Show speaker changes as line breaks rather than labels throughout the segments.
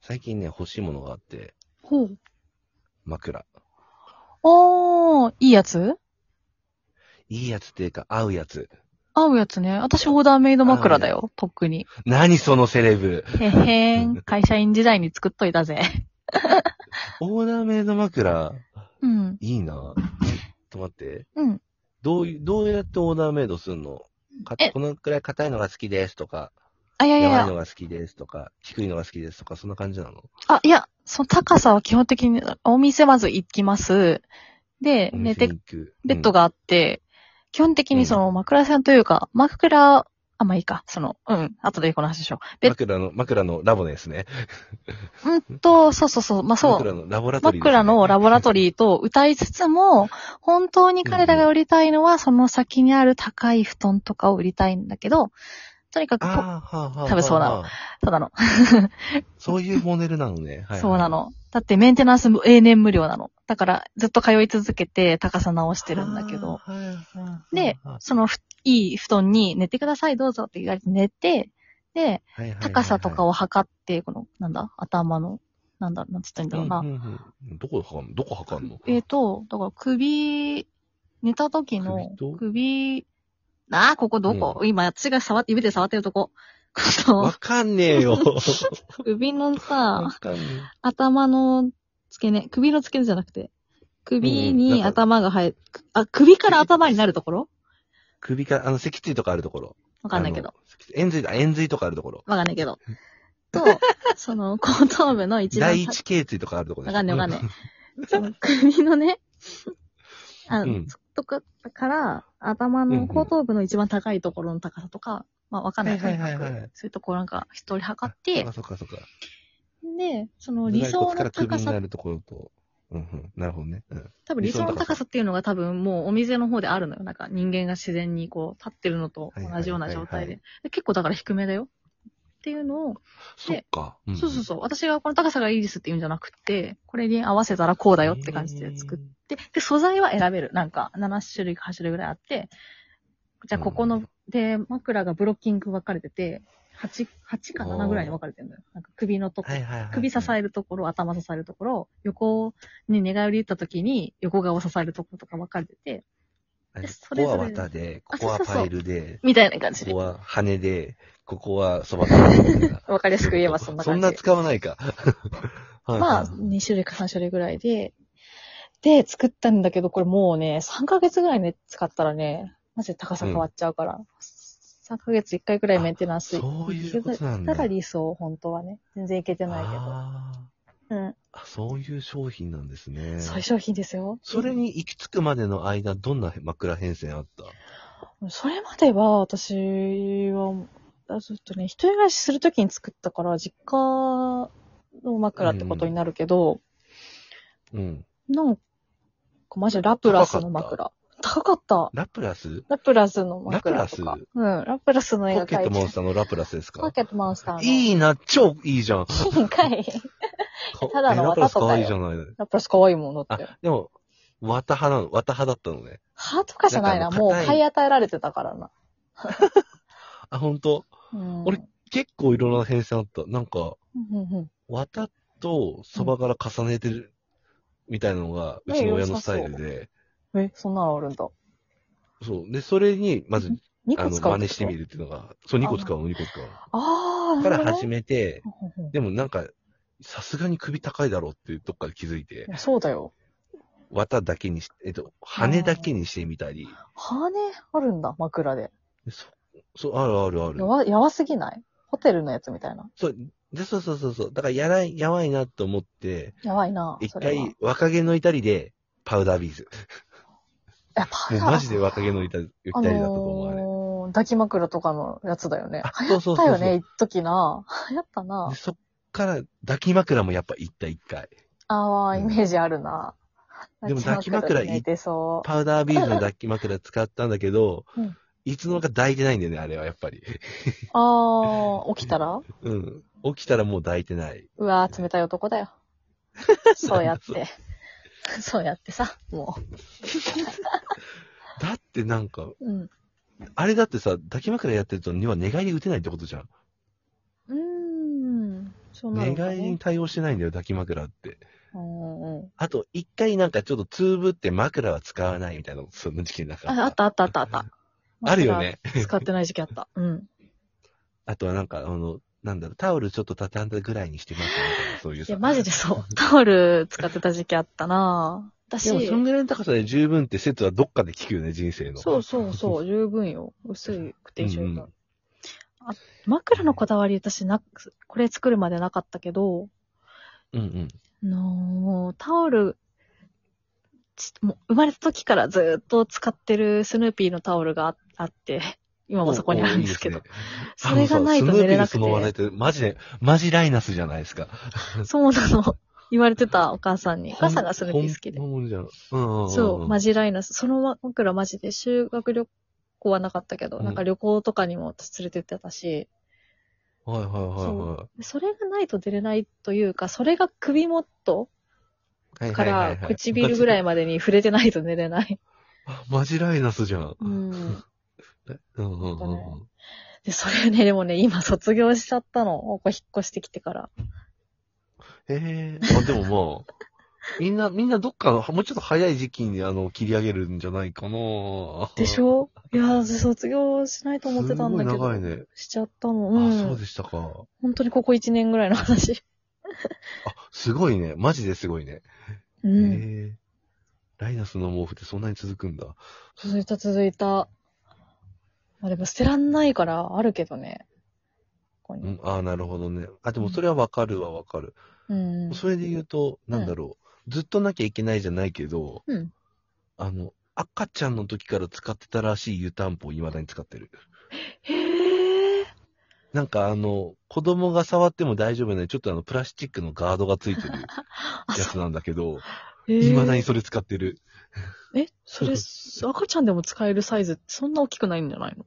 最近ね、欲しいものがあって、
ほう。
枕。
あー、いいやつ
いいやつっていうか、合うやつ。
合うやつね。私、オーダーメイド枕だよ。とっくに。
何そのセレブ。
へへん。会社員時代に作っといたぜ。
オーダーメイド枕、
うん。
いいな。ちょっと待って。
うん。
どういう、どうやってオーダーメイドすんのか
え
このくらい硬いのが好きですとか、
あ、いやい
柔
やい
らかい
や
の。が好きですとか、低いのが好きですとか、そんな感じなの
あ、いや、その高さは基本的に、お店まず行きます。で、
お
寝
店
て
に、行く。
ベッド
が。
があって、基本的にその枕さんというか、枕、あ、まあいいか。その、うん。後でこの話しよう。ベッ
枕の、枕のラボですね。
うんと、そうそうそう。まあそう。
枕のラボラトリーですね、
枕のラボラトリーと歌いつつも、本当に彼らが売りたいのは、その先にある高い布団とかを売りたいんだけど、とにかくポ、
ああ、はあ、はあはあはあ。
多分そうなのただの。
そういうモデルなのね。はいはい、
そうな。の。だってメンテナンスも永年無料なの。だから、ずっと通い続けて高さ直してるんだけど、
あー。はいはいはい
で、そのふ、いい布団に寝てください、どうぞって言われて寝て、で、
はいはいはいはい
高さとかを測って、この、なんだ、頭の、なんだ、なんつったらいいんだろうな。
んんうんどこ測るのどこ測るの
えっ、と、だから首、寝た時の
首と
首、ああ、ここどこ、今、私が触って、指で触ってるとこ。 こ
わ
の、
かんねえ よ。
首の
わ
さ、
かんね
頭の付け根、首の付け根じゃなくて、首
うんうん
に
なんか
頭が生え、くあ、首から頭になるところ
首から、あの、脊椎とかあるところ。
わ
わ
かんないけど。。
円髄だ、円髄とかあるところ。
わかんないけど。と、その、後頭部の一番
第
さ、
一頸椎とかあるところ。
わかんないわかんない。その 首のね、あの、
うん
とか、から、頭
うんう
の
ん
後頭部の一番高いところの高さとか、まあわかんない。
はいはいはい
と
はい
にかくそういうところなんか一人
あ
測っ
そ
て
っか、そっかそっか。
で、その理想
頭蓋
の
骨から
高
首にな
さ、
るところと。うんうん。なるほどね。うん。
多分理想の
理想の高
高さっていうのが多分もうお店の方であるのよ。なんか人間が自然にこう立ってるのと同じよう
はい
な状
はいは
態
いは
で。で結構だから低めだよ。っていうのを、
そっか。ん
そうそうそう。私がこの高さがいいですって言うんじゃなくて、これに合わせたらこうだよって感じで作っで、で、素材は選べる。なんか、7種類か8種類ぐらいあって、じゃあ、ここの、
うん
で、枕がブロッキング分かれてて、8、八か7ぐらいに分かれてるのよ。なんか首のとこ、
はいはいはい。
首支えるところ、頭支えるところ、横に寝返り打った時に横顔を支えるところとか分かれてて、
はい
それ
ここ
ぞれ
は綿で、ここ
あ
は
そうそう
パ
そう
イルで、
みたいな感じ
こ
で
こ。は羽で、ここはそばかすみたいな
分かりやすく言えばそんな感じ。
そんな使わない か。はいはい
まあ、2種類か3種類ぐらいで、で、作ったんだけど、これもうね、3ヶ月ぐらいね、使ったらね、マジで高さ変わっちゃうから、3ヶ月1回ぐらいメンテナンス
そういうことなんだ
たら理想、本当はね。全然いけてないけど。
あ
うん。
ーあそういう商品なんですね。
そういう商品ですよ。
それに行き着くまでの間、どんな枕変遷あった
それまでは、私は、あずっとね、一人暮らしするときに作ったから、実家の枕ってことになるけど、
うん。
なんか、マジでラプラスの枕。高かった。
ラプラス
ラプラスの枕と
ラ
か
プ。
うん、ラプラスの絵
ポ
が
ケッ
描い
トモンス
て
ターのラプラスです
ポ
か
ケットモンスターの。い
いいな、超いいじゃん。
いんかい。 ただの
えラプラ
綿
ス
と
可
かよ
愛いじゃないの。
ラプラス可愛いものだって。
あ、でも、綿派なの、綿派だったのね。
歯とかじゃない
な
な。
んかあの
もう
硬い
買い与えられてたからな。
あ、ほんと
うん。
俺結構いろんな変遷あった。なんか、
うんうんうん
綿とそばから重ねてる、みたいなのが、うちの親のスタイルで、
え、そんなのあるんだ。
そう。で、それに、まず、
2
あ
個
の、
使う
真似してみ
る。
るっていうのが、そう、2個使うの、2個使う
あ
の。
ー、
か
なる
ら
ほど
始
ね。
めて、
ほんほんほんい
でもなんか、さすがに首高いだろうっていうとこから気づいて、
やそうだよ。
綿だけにし、えっと、羽だけにしてみたり、
羽あるんだ、枕で。
でそ、そう、あるあるあ
や
る。
わ、やわすぎないホテルのやつみたいな。
そう、で、そうそうそうそう。だから、やらい、やばいなと思って、
やばいな。
一
それは
回、若気の至りで、パウダービーズ。
やっぱ
もうマジで若気の至り至
あ
りだったと思う、あれ。
のー、抱き枕とかのやつだよね。
あ、そうそ
流行
うそ
った
う
よ
そう。
ね、一時な。 流行ったな
で。そっから、抱き枕もやっぱ行った、一回。
ああ、
う
イ
ん
メージあるな。
でも抱き枕
で寝てそ
パウダービーズの抱き枕使ったんだけど、
うん
いつの間にか抱いてないんだよね、あれはやっぱ り。
う。ああ、起きたら
うん。起きたらもう抱いてない。
うわー冷たい 男だよ。そうやって。そうやってさ、も
だってなんか、
う。うん。
あれだってさ、抱き枕やってるとには寝返り打てないってことじゃん。
うーん。そうなの
寝
か
返り
ね
に。対応してないんだよ、抱き枕って。
うんうん。
あと、一回なんかちょっとつぶって枕は使わないみたいなこと、その時期なかった。
あ、あったあったあったあった。
あるよね。
まだ使ってない時期あった。 うん。
あとはなんか、あの、なんだろう、タオルちょっと畳んだぐらいにしてますみたいな、そういう
い
さ。
や、マジでそう。タオル使ってた時期あったなぁ。私
でも、そんぐらいの高さで十分って説はどっかで聞くよね、人生の。
そうそうそう、十分よ。薄くて十分。
うんうん
あ枕のこだわり、私な、これ作るまでなかったけど、
う。うんうん。
あのータオル、ちもう生まれた時からずーっと使ってるスヌーピーのタオルがああって、今もそこにあるんですけど、
おーいいね
それがないと寝れなく
あのさスヌーピーのそ
て
の笑いって、マジで、マジライナスじゃないですか。
そうなの、言われてたお母さんに。お母さんがスヌーピー好きで
ほ。ん本物じゃん。うんんん。
そう、マジライナス。その枕マジで修学旅行はなかったけど、
うん
なんか旅行とかにも私連れてってたし、
はいはいはいはい。
それがないと出れないというか、それが首元
はい
か
はいはいは
ら
い
唇ぐらいまでに触れてないと寝れない。
あマジライナスじゃん。
う
うん
ん。
うんうんう
なんか
ん。
で、それね、でもね、今卒業しちゃったの。ここ引っ越してきてから。
ええあ、でもまあ、 みんな、みんなどっかの、もうちょっと早い時期に、あの、切り上げるんじゃないかな
でしょいや、私卒業しないと思ってたんだけど。
すごい長いね。
しちゃったの。う。
あ、そうんでしたか。
本当にここ1年ぐらいの話。
あ、すごいね。マジですごいね。
う
え
ん。
えライナスの毛布ってそんなに続くんだ。
続いた続いた。まあでも捨てらんないからあるけどね。ここ
う
に。
ん、ああ、なるほどね。あ、でもそれはわかるわ、わかる。
うん。
それで言うと、なんだろう。ずっとなきゃいけないじゃないけど、
うん。
あの、赤ちゃんの時から使ってたらしい湯たんぽを未だに使ってる。
へえ。
なんかあの、子供が触っても大丈夫な、ちょっとあの、プラスチックのガードがつい てる
あ、
や
そ
つなんだけど、
う。へー
いまだにそれ使ってる。
え、それ、赤ちゃんでも使えるサイズってそんな大きくないんじゃないの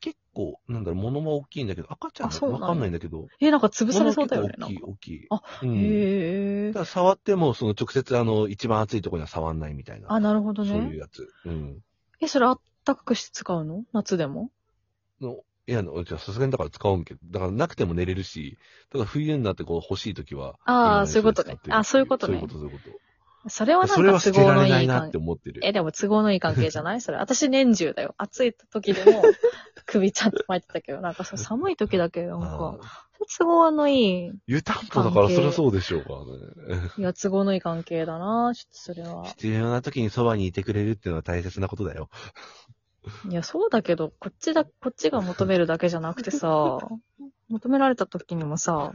結構、なんだろう、物も大きいんだけど、赤ちゃん
あそう
は
なんだ
わかんないんだけど、
え、なんか潰され
物
そ
結
うだ
構
よね。な
大
ん
きい、
か
大きい。
あ
うん。
へえ
だか。ら触っても、その直接あの、一番暑いところには触んないみたいな。
あ、なるほど
そういう
ね。
やつ。うん。
え、それあったかくして使うの夏でも
の、いや、じゃあさすがにだから使うんけど、だからなくても寝れるし、ただ冬になってこう欲しい時は。
ああ、
今
そういうことね
使って。る
あ、そういうこと
そういう
ね
こ。と、そういうこ
それは
と。
な
そ
ん
れは
か
捨
都
て
合
ら
の
れないい
い
なっ
関
て思ってる。
え、でも都合のいい関係じゃないそれ。私年中だよ。暑い時でも 首ちゃんと巻いてたけど、なんかそう寒い時だけ、なんか、
あー
都合のいい、
湯たんぽだからそりゃそうでしょうからね。
いや、都合のいい関係だなちょっとそれは。
必要な時にそばにいてくれるっていうのは大切なことだよ。
いや、そうだけど、こっちだ、こっちが求めるだけじゃなくて さ、求められた時にもさ、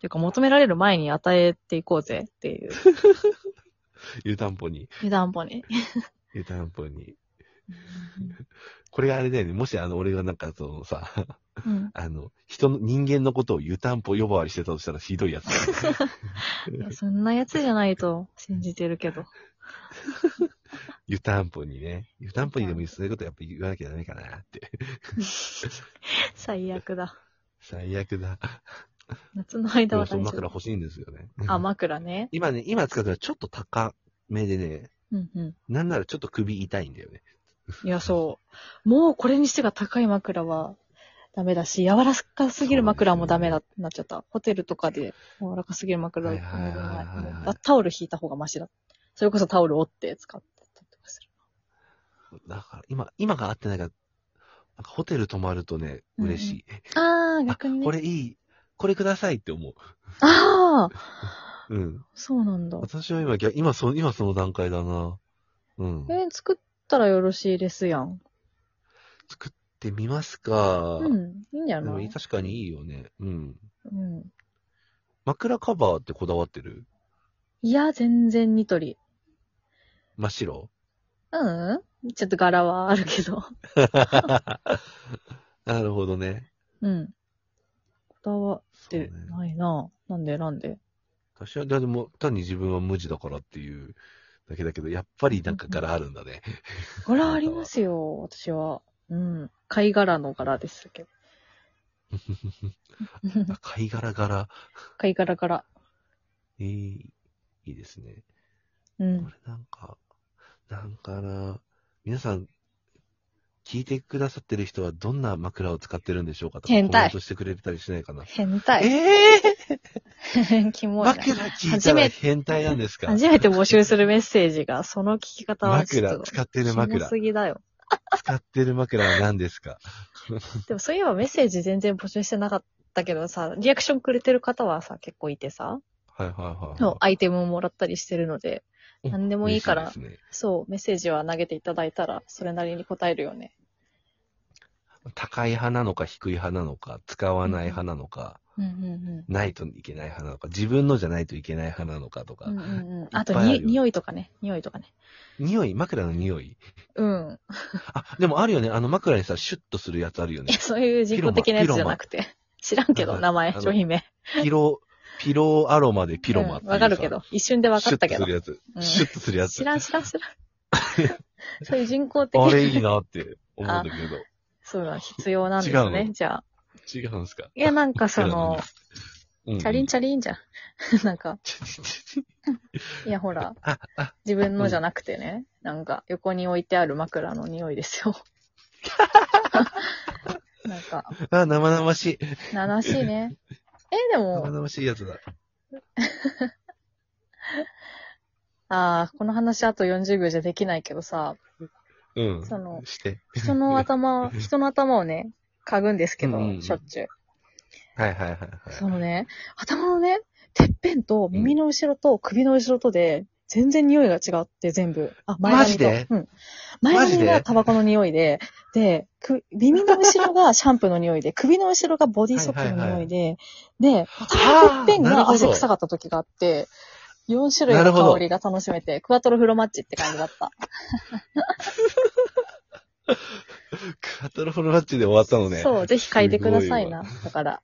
ていうか求められる前に与えていこうぜっていう、
湯たんぽに。
湯たんぽに。
湯たんぽに。これがあれだよね。もしあの、俺がなんかそのさ、
うん。
あの、人の、人間のことを湯たんぽ呼ばわりしてたとしたらひどいやつだよね。
いや、そんなやつじゃないと信じてるけど。
湯たんぽにね。湯たんぽにでもそういうことやっぱ言わなきゃダメかなって。
最悪だ。
最悪だ。
夏の間
で
は
もそ
大
の
丈
枕
夫。
欲しいんですよね。
あ、枕ね。
今ね、今使ってるのはちょっと高めでね、
うんう
なんならちょっと首痛いんだよね。
ん。いや、そう。もうこれにしてが高い枕はダメだし、柔らかすぎる枕もダメだってなっちゃった。ホテルとかで柔らかすぎる枕
はいはいはいはいはい
もうだタオル引いた方がマシだ。それこそタオル折って使ってたりとかする。
だから今、今が合ってないから、なんかホテル泊まるとね、
うんうん
嬉しい。
ああ、
あ、
逆にね。
これいい。これくださいって思
ああ、
う。うん。
そうなんだ。
私は今、逆今そ、今その段階だな。うん。
えー作ったらよろしいですやん。
作ってみますか。
うん、いいんじゃ
でも
ない
確かにいいよね。うん。
うん。
枕カバーってこだわってる
いや、全然ニトリ。
真っ白
うんちょっと柄はあるけど。
なるほどね。
うん。こだわって
そうね
ないな。なんでなんで
私は、いやでも、単に自分は無地だからっていうだけだけど、やっぱりなんか柄あるんだね。
柄ありますよ、私は。うん。貝殻の柄ですけど。
貝殻柄。
貝殻柄。
えー、いいですね。
う
こ
ん。
れなんか、なんかな、皆さん、聞いてくださってる人はどんな枕を使ってるんでしょうかとか、
変態
コメントしてくれたりしないかな。
変態。
ええ
キモいな。
枕聞いたら変態なんですか
初めて募集するメッセージが、その聞き方はちょっ
枕、
と、
使ってる
キモ
枕
す、ぎだよ。
使ってる枕は何ですか
でもそういえばメッセージ全然募集してなかったけどさ、リアクションくれてる方はさ、結構いてさ、
はいはい
そう
は
アイテムをもらったりしてるので、
い。
何でもいいから
嬉しですね
そう、メッセージは投げていただいたら、それなりに答えるよね。
高い派なのか低い派なのか、使わない派なのか、
うんうん
ないといけない派なのか、自分のじゃないといけない派なのかとか、
うん。うんうんうん。あと
いっぱいある
に、
よ
匂いとかね。匂いとかね。
匂い、枕の匂い。
うん。
あ、でもあるよね。あの枕にさ、シュッとするやつあるよ
い
ね
や、。そういう人工的なやつじゃなくて。知らんけど、名前
あ、の
商品名。
ピロ、 ピローアロマでピロマって
う
いうさ
んわかるけ。ど。一瞬でわかったけど。
シュッとする
う
や
ん
つ。シュッとするやつ。
知らん知らん知 らん。そういう人工的
あれ
な、
いいなって思うんだけ
そういうのは必要なんです
違う
ね、
の
じゃあ。
ど。違うんすか
いや、なんかそ
い
の
や、うん
チャリンチャリンじゃん。 なんか、
チャリン。
いやほら
ああ、
自分のじゃなくてね、なんか横に置いてある枕の匂いです よ。なんか、
あ、生々しい。
悲し いね。え、で
生
も、
々しいやつだ。
ああ、この話あと40秒じゃできないけどさ、
うん。
その
して。
人の頭を、人の頭をね、嗅ぐんですけど、
うん
しょっちゅう。
はいはいはいはい。
そのね、頭のね、てっぺんと耳の後ろと首の後ろとで、全然匂いが違って全部。あ、前
マ
髪
ジ
と。
で
うん。前髪
マジ
が
で
タバコの匂いで、で、く耳の後ろがシャンプーの匂いで、首の後ろがボディーソープの匂いで、で、頭のてっぺん
あーなる
が
ほど
汗臭かった時があって、4種類
なる
の
ほど
香りが楽しめて、クワトロフロマッチって感じだった。
クアトロフォルマッチで終わったのね。
そう、ぜひ嗅いでくださいな。だから、